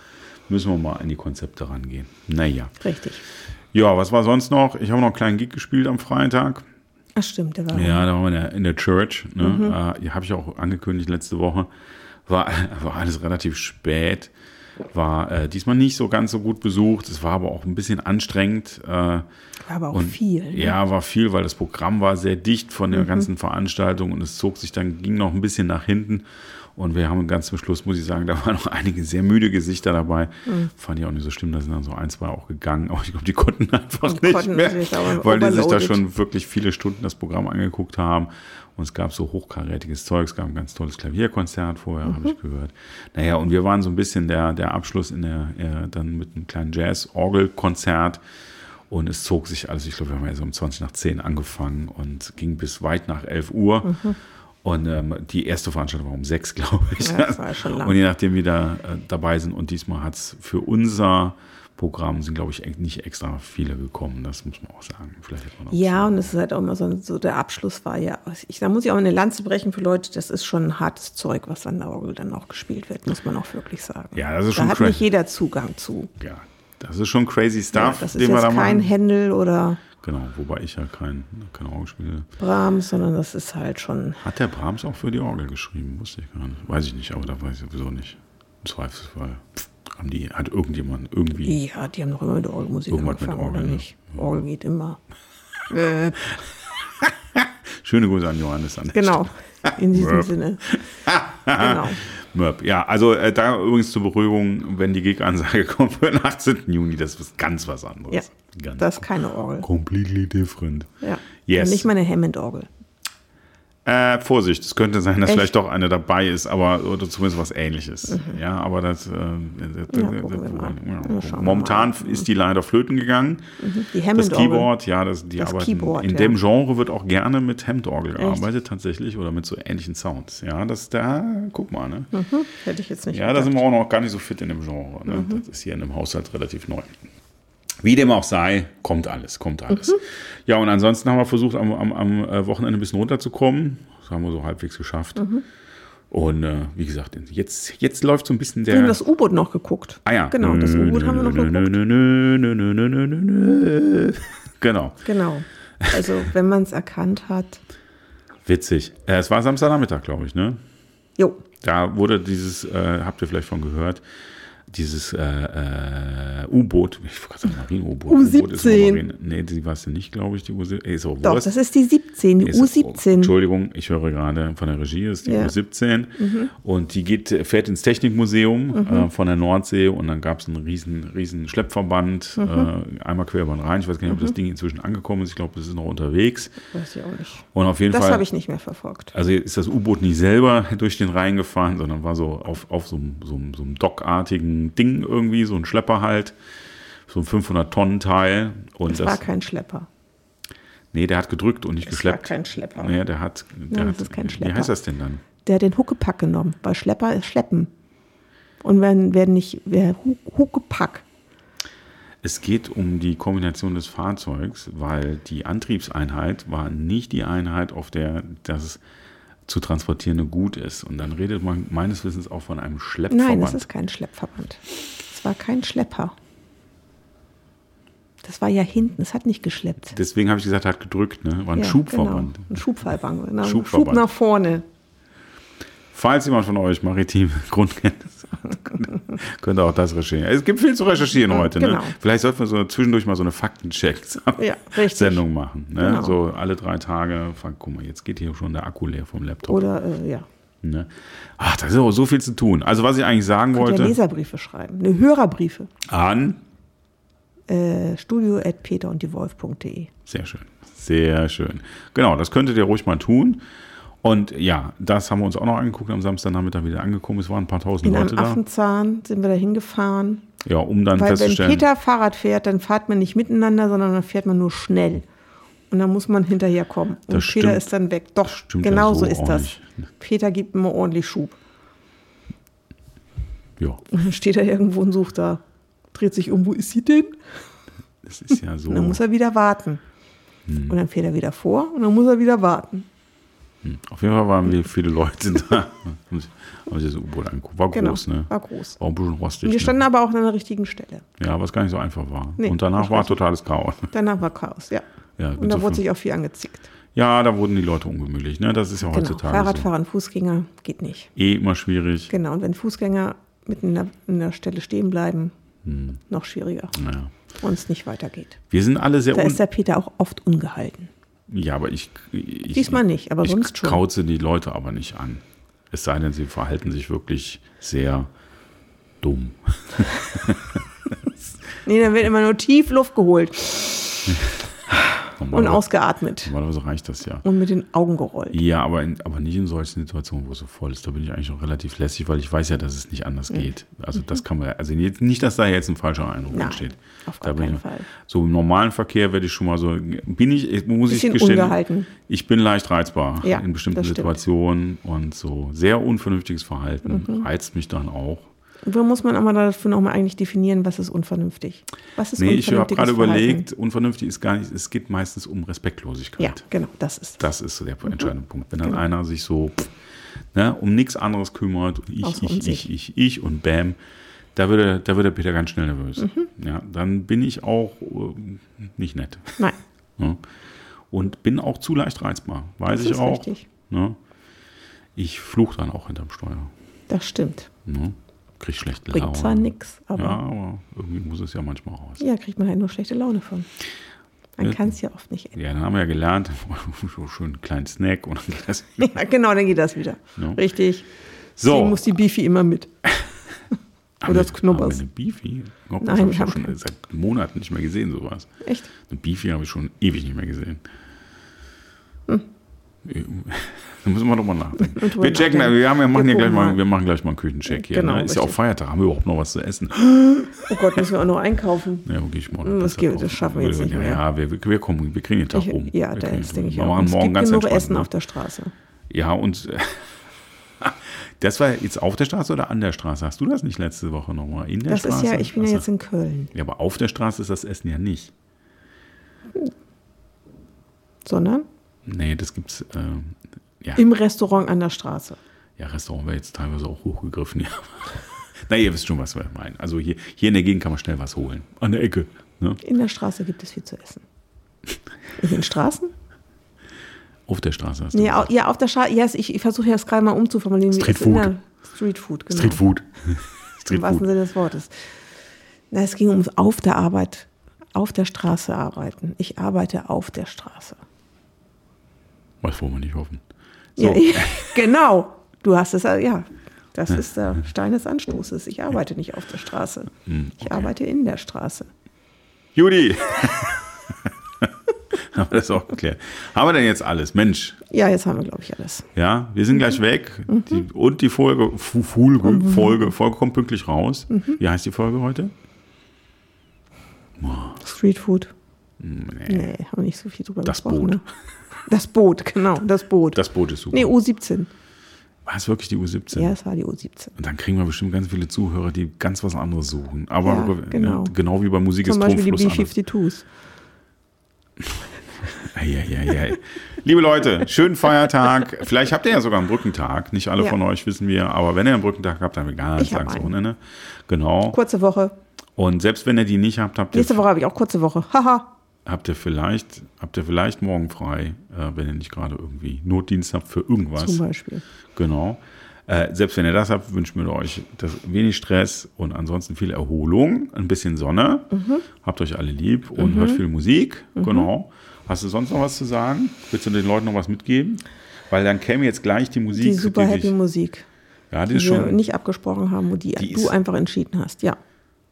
Speaker 1: müssen wir mal an die Konzepte rangehen. Naja.
Speaker 2: Richtig.
Speaker 1: Ja, was war sonst noch? Ich habe noch einen kleinen Gig gespielt am Freitag.
Speaker 2: Ach stimmt, der war.
Speaker 1: Ja, da waren wir in der, in der Church. Ne? Äh, ja, Habe ich auch angekündigt letzte Woche. War, war alles relativ spät. War äh, diesmal nicht so ganz so gut besucht. Es war aber auch ein bisschen anstrengend. Äh,
Speaker 2: War aber auch
Speaker 1: und-
Speaker 2: viel. ne? Mhm.
Speaker 1: Ja, war viel, weil das Programm war sehr dicht von der ganzen Veranstaltung und es zog sich dann, ging noch ein bisschen nach hinten. Und wir haben ganz zum Schluss, muss ich sagen, da waren noch einige sehr müde Gesichter dabei.
Speaker 2: Mhm.
Speaker 1: Fand ich auch nicht so schlimm, da sind dann so ein, zwei auch gegangen. Aber ich glaube, die konnten einfach
Speaker 2: Die
Speaker 1: nicht
Speaker 2: konnten
Speaker 1: mehr,
Speaker 2: sich aber
Speaker 1: weil die sich da
Speaker 2: overloaded.
Speaker 1: schon wirklich viele Stunden das Programm angeguckt haben. Und es gab so hochkarätiges Zeug, es gab ein ganz tolles Klavierkonzert vorher, habe
Speaker 2: Mhm.
Speaker 1: ich gehört. Naja, und wir waren so ein bisschen der, der Abschluss in der, äh, dann mit einem kleinen Jazz-Orgelkonzert. Und es zog sich alles, ich glaube, wir haben ja so um 20 nach 10 angefangen und ging bis weit nach 11 Uhr. Und ähm, die erste Veranstaltung war um 6, glaube ich.
Speaker 2: Ja, das war schon lang.
Speaker 1: Und je nachdem, wie da äh, dabei sind. Und diesmal hat es für unser Programm sind, glaube ich, echt nicht extra viele gekommen. Das muss man auch sagen. Vielleicht hat man auch
Speaker 2: Ja, und es ist halt auch immer so, so der Abschluss war ja, ich, da muss ich auch eine Lanze brechen für Leute, das ist schon hartes Zeug, was an der Orgel dann auch gespielt wird, muss man auch wirklich sagen.
Speaker 1: Ja, das ist
Speaker 2: da
Speaker 1: schon
Speaker 2: hat
Speaker 1: crazy.
Speaker 2: nicht jeder Zugang zu.
Speaker 1: ja, das ist schon crazy
Speaker 2: Ja,
Speaker 1: stuff,
Speaker 2: das ist
Speaker 1: den wir
Speaker 2: jetzt
Speaker 1: da
Speaker 2: kein
Speaker 1: machen.
Speaker 2: Händel oder
Speaker 1: Genau, wobei ich ja kein, keine Orgel spiele.
Speaker 2: Brahms, sondern das ist halt schon,
Speaker 1: Hat der Brahms auch für die Orgel geschrieben? Wusste ich gar nicht. Weiß ich nicht, aber da weiß ich sowieso nicht. Im Zweifelsfall pff, haben die, hat irgendjemand irgendwie.
Speaker 2: ja, die haben doch immer mit Orgelmusik
Speaker 1: Irgendwas mit
Speaker 2: angefangen,
Speaker 1: Orgel,
Speaker 2: oder
Speaker 1: ne?
Speaker 2: nicht? Orgel geht immer.
Speaker 1: Schöne Grüße an Johannes an. der
Speaker 2: Genau, in diesem
Speaker 1: Möp.
Speaker 2: Sinne. genau.
Speaker 1: Möb. Ja, also äh, da übrigens zur Beruhigung, wenn die Gig-Ansage kommt für den 18. Juni, das ist ganz was
Speaker 2: Ja,
Speaker 1: anderes. ganz
Speaker 2: das ist keine Orgel.
Speaker 1: completely different.
Speaker 2: Ja.
Speaker 1: Yes.
Speaker 2: Nicht mal eine Hammond-Orgel.
Speaker 1: Äh, Vorsicht, es könnte sein, dass
Speaker 2: Echt?
Speaker 1: vielleicht doch eine dabei ist, aber oder zumindest was ähnliches. Ja, aber das, äh, das-
Speaker 2: Mhm. Ja, gucken wir mal.
Speaker 1: ja,
Speaker 2: Ja, schauen wir
Speaker 1: momentan ist die leider flöten gegangen.
Speaker 2: Die
Speaker 1: Das
Speaker 2: Hammond-Orgel.
Speaker 1: Keyboard, ja, das, die
Speaker 2: Das
Speaker 1: arbeiten.
Speaker 2: Keyboard,
Speaker 1: in
Speaker 2: ja.
Speaker 1: dem Genre wird auch gerne mit Hemdorgel
Speaker 2: Echt?
Speaker 1: gearbeitet, tatsächlich, oder mit so ähnlichen Sounds. Ja, das da, guck mal, ne?
Speaker 2: Mhm, hätte ich jetzt nicht
Speaker 1: Ja, da sind
Speaker 2: gedacht.
Speaker 1: wir auch noch gar nicht so fit in dem Genre.
Speaker 2: Mhm.
Speaker 1: Ne? Das ist hier in dem Haushalt relativ neu. Wie dem auch sei, kommt alles, kommt alles.
Speaker 2: Mhm.
Speaker 1: Ja, und ansonsten haben wir versucht, am, am, am äh, Wochenende ein bisschen runterzukommen. Das haben wir so halbwegs geschafft.
Speaker 2: Mhm.
Speaker 1: Und äh, wie gesagt, jetzt, jetzt läuft so ein bisschen
Speaker 2: Wir haben
Speaker 1: der.
Speaker 2: das U-Boot noch geguckt.
Speaker 1: Ah ja.
Speaker 2: Genau, das U-Boot haben wir noch geguckt.
Speaker 1: geguckt. Genau,
Speaker 2: Genau. Also, wenn man es erkannt hat.
Speaker 1: witzig. Äh, Es war Samstagnachmittag, glaube ich, ne?
Speaker 2: Jo,
Speaker 1: Da wurde dieses, äh, habt ihr vielleicht von gehört, dieses äh, äh, U-Boot, ich wollte gerade sagen Marine-U-Boot.
Speaker 2: U-17.
Speaker 1: U-Boot ist nur Marine. Nee, die war es ja nicht, glaube ich, die U-17. Ey, Ist auch
Speaker 2: doch,
Speaker 1: Wurst.
Speaker 2: das ist die 17, die
Speaker 1: Ist-
Speaker 2: U17.
Speaker 1: Entschuldigung, ich höre gerade von der Regie, ist die
Speaker 2: Ja. Mhm.
Speaker 1: U17. Und die geht, fährt ins Technikmuseum äh, von der Nordsee und dann gab es einen riesen, riesen Schleppverband,
Speaker 2: Mhm.
Speaker 1: äh, einmal quer über den Rhein. Ich weiß gar nicht, ob das Ding inzwischen angekommen ist. Ich glaube, das ist noch unterwegs.
Speaker 2: Weiß ich auch nicht.
Speaker 1: Und auf jeden
Speaker 2: Das
Speaker 1: Fall.
Speaker 2: habe ich nicht mehr verfolgt.
Speaker 1: Also ist das U-Boot nicht selber durch den Rhein gefahren, sondern war so auf, auf so, einem- so, einem- so einem dockartigen Ding irgendwie, so ein Schlepper halt, so ein 500-Tonnen-Teil. Und das,
Speaker 2: Es war kein Schlepper.
Speaker 1: nee, der hat gedrückt und nicht
Speaker 2: Es war
Speaker 1: geschleppt.
Speaker 2: kein Schlepper.
Speaker 1: nee, der hat, der
Speaker 2: Nein,
Speaker 1: hat
Speaker 2: das ist kein
Speaker 1: wie
Speaker 2: Schlepper.
Speaker 1: heißt das denn dann?
Speaker 2: Der hat den Huckepack genommen, weil Schlepper ist Schleppen. Und wenn, werden nicht, wer Hu- Huckepack.
Speaker 1: Es geht um die Kombination des Fahrzeugs, weil die Antriebseinheit war nicht die Einheit, auf der das zu transportierende Gut ist. Und dann redet man meines Wissens auch von einem Schleppverband.
Speaker 2: Nein, es ist kein Schleppverband. Es war kein Schlepper. Das war ja hinten, es hat nicht geschleppt.
Speaker 1: Deswegen habe ich gesagt, hat gedrückt, ne? War ein
Speaker 2: ja,
Speaker 1: Schubverband.
Speaker 2: Genau. Ein Schubverband. Genau.
Speaker 1: Schubverband.
Speaker 2: Schub nach vorne.
Speaker 1: Falls jemand von euch maritime Grundkenntnisse hat, könnte auch das recherchieren. Es gibt viel zu recherchieren heute. Ne?
Speaker 2: genau.
Speaker 1: Vielleicht sollten wir so zwischendurch mal so eine Faktencheck-Sendung
Speaker 2: Ja, richtig.
Speaker 1: machen. Ne?
Speaker 2: Genau.
Speaker 1: So alle drei Tage. Fuck, guck mal, jetzt geht hier schon der Akku leer vom Laptop.
Speaker 2: Oder äh, ja.
Speaker 1: Ne? Ach, da ist auch so viel zu tun. Also was ich eigentlich sagen
Speaker 2: Könnt ihr
Speaker 1: wollte,
Speaker 2: Leserbriefe schreiben. Ne, Hörerbriefe.
Speaker 1: an
Speaker 2: Äh, studio at peter und die Wolf.de.
Speaker 1: Sehr schön. Sehr schön. Genau, das könntet ihr ruhig mal tun. Und ja, das haben wir uns auch noch angeguckt am Samstagnachmittag wieder angekommen. Es waren ein paar tausend
Speaker 2: In einem
Speaker 1: Leute da.
Speaker 2: Affenzahn sind wir da hingefahren.
Speaker 1: Ja, um dann
Speaker 2: Weil wenn
Speaker 1: festzustellen.
Speaker 2: Peter Fahrrad fährt, dann fährt man nicht miteinander, sondern dann fährt man nur schnell. Und dann muss man hinterherkommen. Und
Speaker 1: Das
Speaker 2: Peter
Speaker 1: stimmt.
Speaker 2: ist dann weg. Doch,
Speaker 1: stimmt ja
Speaker 2: genau
Speaker 1: so
Speaker 2: so ist
Speaker 1: auch
Speaker 2: das.
Speaker 1: nicht.
Speaker 2: Peter gibt immer ordentlich Schub.
Speaker 1: ja,
Speaker 2: Und dann steht er irgendwo und sucht da. Dreht sich um, wo ist sie denn?
Speaker 1: das ist ja so.
Speaker 2: Und dann muss er wieder warten.
Speaker 1: Hm.
Speaker 2: Und dann fährt er wieder vor und dann muss er wieder warten.
Speaker 1: Auf jeden Fall waren wir viele Leute da. haben sich haben sich das U-Boot angeguckt. War
Speaker 2: Genau.
Speaker 1: groß, ne?
Speaker 2: War groß.
Speaker 1: War ein bisschen rostig.
Speaker 2: Und wir
Speaker 1: Ne?
Speaker 2: standen aber auch an der richtigen Stelle.
Speaker 1: Ja, was gar nicht so einfach war.
Speaker 2: Nee,
Speaker 1: Und danach
Speaker 2: das
Speaker 1: war
Speaker 2: weiß ich.
Speaker 1: totales Chaos.
Speaker 2: Danach war Chaos, ja.
Speaker 1: Ja,
Speaker 2: und da
Speaker 1: so
Speaker 2: wurde
Speaker 1: viel-
Speaker 2: sich auch viel angezickt.
Speaker 1: ja, da wurden die Leute ungemütlich. Ne? Das ist ja
Speaker 2: Genau.
Speaker 1: heutzutage so.
Speaker 2: Fahrradfahrer und Fußgänger geht nicht.
Speaker 1: eh immer schwierig.
Speaker 2: Genau, und wenn Fußgänger mitten in der, in der Stelle stehen bleiben,
Speaker 1: Hm.
Speaker 2: noch schwieriger
Speaker 1: Naja.
Speaker 2: und es nicht weitergeht.
Speaker 1: Wir sind alle sehr
Speaker 2: Da
Speaker 1: un
Speaker 2: ist der Peter auch oft ungehalten.
Speaker 1: Ja, aber ich. ich
Speaker 2: Diesmal nicht, aber
Speaker 1: ich
Speaker 2: sonst schon.
Speaker 1: kauze die Leute aber nicht an. Es sei denn, sie verhalten sich wirklich sehr dumm.
Speaker 2: Nee, dann wird immer nur tief Luft geholt und
Speaker 1: Normalerweise,
Speaker 2: ausgeatmet
Speaker 1: normalerweise reicht das ja.
Speaker 2: und mit den Augen gerollt.
Speaker 1: Ja, aber, in, aber nicht in solchen Situationen, wo es so voll ist. Da bin ich eigentlich noch relativ lässig, weil ich weiß ja, dass es nicht anders geht. Also das kann man, also jetzt, nicht, dass da jetzt ein falscher Eindruck
Speaker 2: Mhm. Nein,
Speaker 1: entsteht.
Speaker 2: auf
Speaker 1: Da
Speaker 2: gar
Speaker 1: bin
Speaker 2: keinen
Speaker 1: ich-
Speaker 2: Fall.
Speaker 1: So im normalen Verkehr werde ich schon mal so, bin ich, ich- muss ich
Speaker 2: Bisschen
Speaker 1: gestehen,
Speaker 2: ungehalten.
Speaker 1: ich bin leicht reizbar
Speaker 2: Ja,
Speaker 1: in bestimmten
Speaker 2: das stimmt.
Speaker 1: Situationen und so sehr unvernünftiges Verhalten
Speaker 2: Mhm.
Speaker 1: reizt mich dann auch.
Speaker 2: Und da muss man aber dafür nochmal eigentlich definieren, was ist unvernünftig. Was ist
Speaker 1: Nee, ich habe gerade
Speaker 2: Verhalten?
Speaker 1: überlegt, unvernünftig ist gar nicht, es geht meistens um Respektlosigkeit.
Speaker 2: Ja, genau, das ist
Speaker 1: Das ist so der
Speaker 2: Mhm.
Speaker 1: entscheidende Punkt. Wenn dann
Speaker 2: Genau.
Speaker 1: einer sich so pff, ne, um nichts anderes kümmert, ich,
Speaker 2: Außer um
Speaker 1: ich,
Speaker 2: sich.
Speaker 1: ich, ich, ich und bam, da wird, er, da wird der Peter ganz schnell nervös.
Speaker 2: Mhm.
Speaker 1: Ja, dann bin ich auch äh, nicht nett.
Speaker 2: Nein,
Speaker 1: Ne? Und bin auch zu leicht reizbar. Weiß
Speaker 2: Das
Speaker 1: ich
Speaker 2: ist
Speaker 1: auch.
Speaker 2: richtig.
Speaker 1: Ne? Ich fluche dann auch hinterm Steuer.
Speaker 2: das stimmt.
Speaker 1: Ne? Krieg schlecht
Speaker 2: Bringt
Speaker 1: Laune.
Speaker 2: zwar nichts, aber
Speaker 1: Ja,
Speaker 2: ja.
Speaker 1: aber irgendwie muss es ja manchmal raus.
Speaker 2: kriegt man halt nur schlechte Laune von. Man
Speaker 1: Ja.
Speaker 2: kann es ja oft nicht ändern.
Speaker 1: Ja, dann haben wir ja gelernt, so schön einen kleinen Snack und dann geht das.
Speaker 2: Ja, genau, dann geht das wieder.
Speaker 1: Ja.
Speaker 2: Richtig.
Speaker 1: So,
Speaker 2: Deswegen muss die Bifi immer mit.
Speaker 1: haben
Speaker 2: oder
Speaker 1: wir-
Speaker 2: das Knobbers.
Speaker 1: haben wir Eine ah, Beefy? Gott,
Speaker 2: Nein,
Speaker 1: das habe ich
Speaker 2: wir
Speaker 1: ja
Speaker 2: haben
Speaker 1: schon
Speaker 2: keine.
Speaker 1: seit Monaten nicht mehr gesehen, sowas.
Speaker 2: Echt? Hm.
Speaker 1: Eine Beefy habe ich schon ewig nicht mehr gesehen. Da müssen wir doch mal nachdenken.
Speaker 2: Und drüber
Speaker 1: Wir checken,
Speaker 2: nachdenken.
Speaker 1: wir, haben, wir, machen
Speaker 2: Wir
Speaker 1: hier gleich
Speaker 2: gucken
Speaker 1: mal,
Speaker 2: mal.
Speaker 1: wir machen gleich mal einen Küchencheck hier.
Speaker 2: Genau,
Speaker 1: ne? Ist ja auch
Speaker 2: richtig.
Speaker 1: Feiertag, haben wir überhaupt noch was zu essen?
Speaker 2: Oh Gott, müssen wir auch noch einkaufen.
Speaker 1: Ja, okay, ich morgen.
Speaker 2: Das geht- das schaffen wir jetzt nicht mehr.
Speaker 1: Ja, wir, wir kommen, wir kriegen den Tag
Speaker 2: Ich,
Speaker 1: rum.
Speaker 2: ja,
Speaker 1: wir
Speaker 2: da
Speaker 1: kriegen den
Speaker 2: ist, denke ich
Speaker 1: rum. Wir
Speaker 2: auch.
Speaker 1: machen
Speaker 2: es
Speaker 1: morgen
Speaker 2: gibt
Speaker 1: ganz
Speaker 2: genug
Speaker 1: entspannt.
Speaker 2: Essen
Speaker 1: ne?
Speaker 2: auf der Straße.
Speaker 1: Ja, und äh, das war jetzt auf der Straße oder an der Straße? Hast du das nicht letzte Woche nochmal? In der
Speaker 2: Das
Speaker 1: Straße?
Speaker 2: ist ja, ich bin ja
Speaker 1: Ach so.
Speaker 2: jetzt in Köln,
Speaker 1: Ja, aber auf der Straße ist das Essen ja nicht.
Speaker 2: sondern
Speaker 1: Nee, das gibt's. ähm, ja,
Speaker 2: im Restaurant an der Straße.
Speaker 1: ja, Restaurant wäre jetzt teilweise auch hochgegriffen, ja. Na, ihr wisst schon, was wir meinen. Also hier, hier in der Gegend kann man schnell was holen. An der Ecke. Ne?
Speaker 2: In der Straße gibt es viel zu essen. In den Straßen?
Speaker 1: Auf der Straße hast du.
Speaker 2: Nee, au-
Speaker 1: gesagt.
Speaker 2: ja, auf der Straße. Ja, ich, ich versuche ja das gerade mal umzuformulieren. wie
Speaker 1: Street
Speaker 2: es in
Speaker 1: Food.
Speaker 2: der- Street Food, genau.
Speaker 1: Street Food. Street
Speaker 2: Im wahrsten
Speaker 1: Food.
Speaker 2: Sinne des Wortes. Na, es ging ums auf der Arbeit, auf der Straße arbeiten. Ich arbeite auf der Straße.
Speaker 1: Was wollen wir nicht hoffen?
Speaker 2: Ja, eh. ich, genau. Du hast es, äh, ja. Das ist der Stein des Anstoßes. Ich arbeite nicht auf der Straße.
Speaker 1: Hm,
Speaker 2: Ich arbeite in der Straße.
Speaker 1: Judy! haben wir das auch geklärt. Haben wir denn jetzt alles? Mensch,
Speaker 2: Ja, jetzt haben wir, glaube ich, alles.
Speaker 1: Ja, wir sind
Speaker 2: Mhm.
Speaker 1: gleich weg. Die, und die Folge, Fu- Folge, Folge, Folge kommt pünktlich raus.
Speaker 2: Mhm.
Speaker 1: Wie heißt die Folge heute?
Speaker 2: Street Food.
Speaker 1: Nee.
Speaker 2: Nee, haben wir nicht so viel drüber
Speaker 1: Das
Speaker 2: gesprochen.
Speaker 1: Boot.
Speaker 2: Ne? Das Boot, genau. Das Boot.
Speaker 1: Das Boot ist super.
Speaker 2: nee, U17.
Speaker 1: War es wirklich die U17?
Speaker 2: Ja, es war die U17.
Speaker 1: Und dann kriegen wir bestimmt ganz viele Zuhörer, die ganz was anderes suchen. Aber
Speaker 2: Ja,
Speaker 1: äh,
Speaker 2: genau.
Speaker 1: genau wie bei Musik
Speaker 2: Zum
Speaker 1: ist
Speaker 2: Beispiel die
Speaker 1: Trumpfluss anders.
Speaker 2: B-52s.
Speaker 1: Ja, ja, ja. Liebe Leute, schönen Feiertag. Vielleicht habt ihr ja sogar einen Brückentag. Nicht alle
Speaker 2: Ja.
Speaker 1: von euch wissen wir, aber wenn ihr einen Brückentag habt, dann haben wir ganz
Speaker 2: Ich hab
Speaker 1: langes
Speaker 2: einen.
Speaker 1: um Wochenende. Genau.
Speaker 2: Kurze Woche.
Speaker 1: Und selbst wenn ihr die nicht habt, habt ihr
Speaker 2: Nächste Woche habe ich auch kurze Woche. Haha.
Speaker 1: habt ihr vielleicht, habt ihr vielleicht morgen frei, äh, wenn ihr nicht gerade irgendwie Notdienst habt für
Speaker 2: Zum
Speaker 1: irgendwas.
Speaker 2: Beispiel.
Speaker 1: Genau. Äh, selbst wenn ihr das habt, wünschen wir euch das, wenig Stress und ansonsten viel Erholung, ein bisschen Sonne.
Speaker 2: Mhm.
Speaker 1: Habt euch alle lieb und hört viel Musik. Genau. Hast du sonst noch was zu sagen? Willst du den Leuten noch was mitgeben? Weil dann käme jetzt gleich die Musik.
Speaker 2: Die super
Speaker 1: die
Speaker 2: happy
Speaker 1: dich-
Speaker 2: Musik,
Speaker 1: Ja, die
Speaker 2: die
Speaker 1: ist
Speaker 2: wir
Speaker 1: schon.
Speaker 2: nicht abgesprochen haben, und die,
Speaker 1: Die ist-
Speaker 2: du einfach entschieden hast. Ja.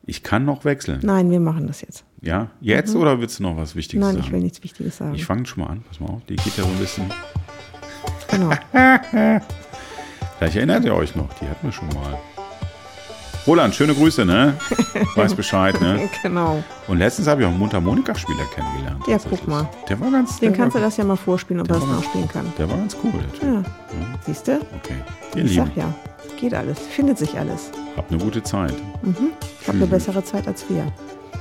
Speaker 1: Ich kann noch wechseln.
Speaker 2: Nein, wir machen das jetzt.
Speaker 1: Ja? Jetzt oder willst du noch was Wichtiges
Speaker 2: Nein, ich will
Speaker 1: sagen?
Speaker 2: nichts Wichtiges sagen.
Speaker 1: Ich fange schon mal an. Pass mal auf. Die geht ja so ein bisschen.
Speaker 2: genau.
Speaker 1: Vielleicht erinnert ihr euch noch, die hatten wir schon mal. Roland, schöne Grüße, ne? Weiß Bescheid, ne?
Speaker 2: genau.
Speaker 1: Und letztens habe ich auch einen Mundharmonikaspieler kennengelernt.
Speaker 2: Ja,
Speaker 1: tatsächlich.
Speaker 2: guck mal.
Speaker 1: Der war ganz.
Speaker 2: Den
Speaker 1: der
Speaker 2: kannst du
Speaker 1: war,
Speaker 2: das ja mal vorspielen, ob er das
Speaker 1: war-
Speaker 2: nachspielen kann.
Speaker 1: Der war ganz cool, der Typ.
Speaker 2: Ja. Siehst du?
Speaker 1: Okay. Ihr
Speaker 2: Ich
Speaker 1: Lieben,
Speaker 2: sag ja. Geht alles. Findet sich alles.
Speaker 1: habt eine gute Zeit.
Speaker 2: Ich
Speaker 1: Hm.
Speaker 2: habe eine bessere Zeit als wir.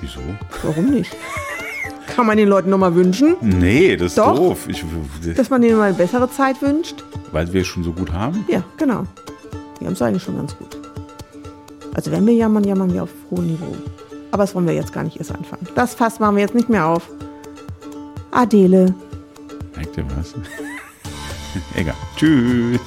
Speaker 1: Wieso?
Speaker 2: Warum nicht? Kann man den Leuten nochmal wünschen,
Speaker 1: Nee, das ist
Speaker 2: Doch.
Speaker 1: doof. Ich,
Speaker 2: dass man denen mal eine bessere Zeit wünscht?
Speaker 1: weil wir es schon so gut haben.
Speaker 2: Ja, genau. Die haben es eigentlich schon ganz gut. Also wenn wir jammern, jammern wir auf hohem Niveau. Aber das wollen wir jetzt gar nicht erst anfangen. Das Fass machen wir jetzt nicht mehr auf. Adele.
Speaker 1: Merkt ihr was? Egal. Tschüss.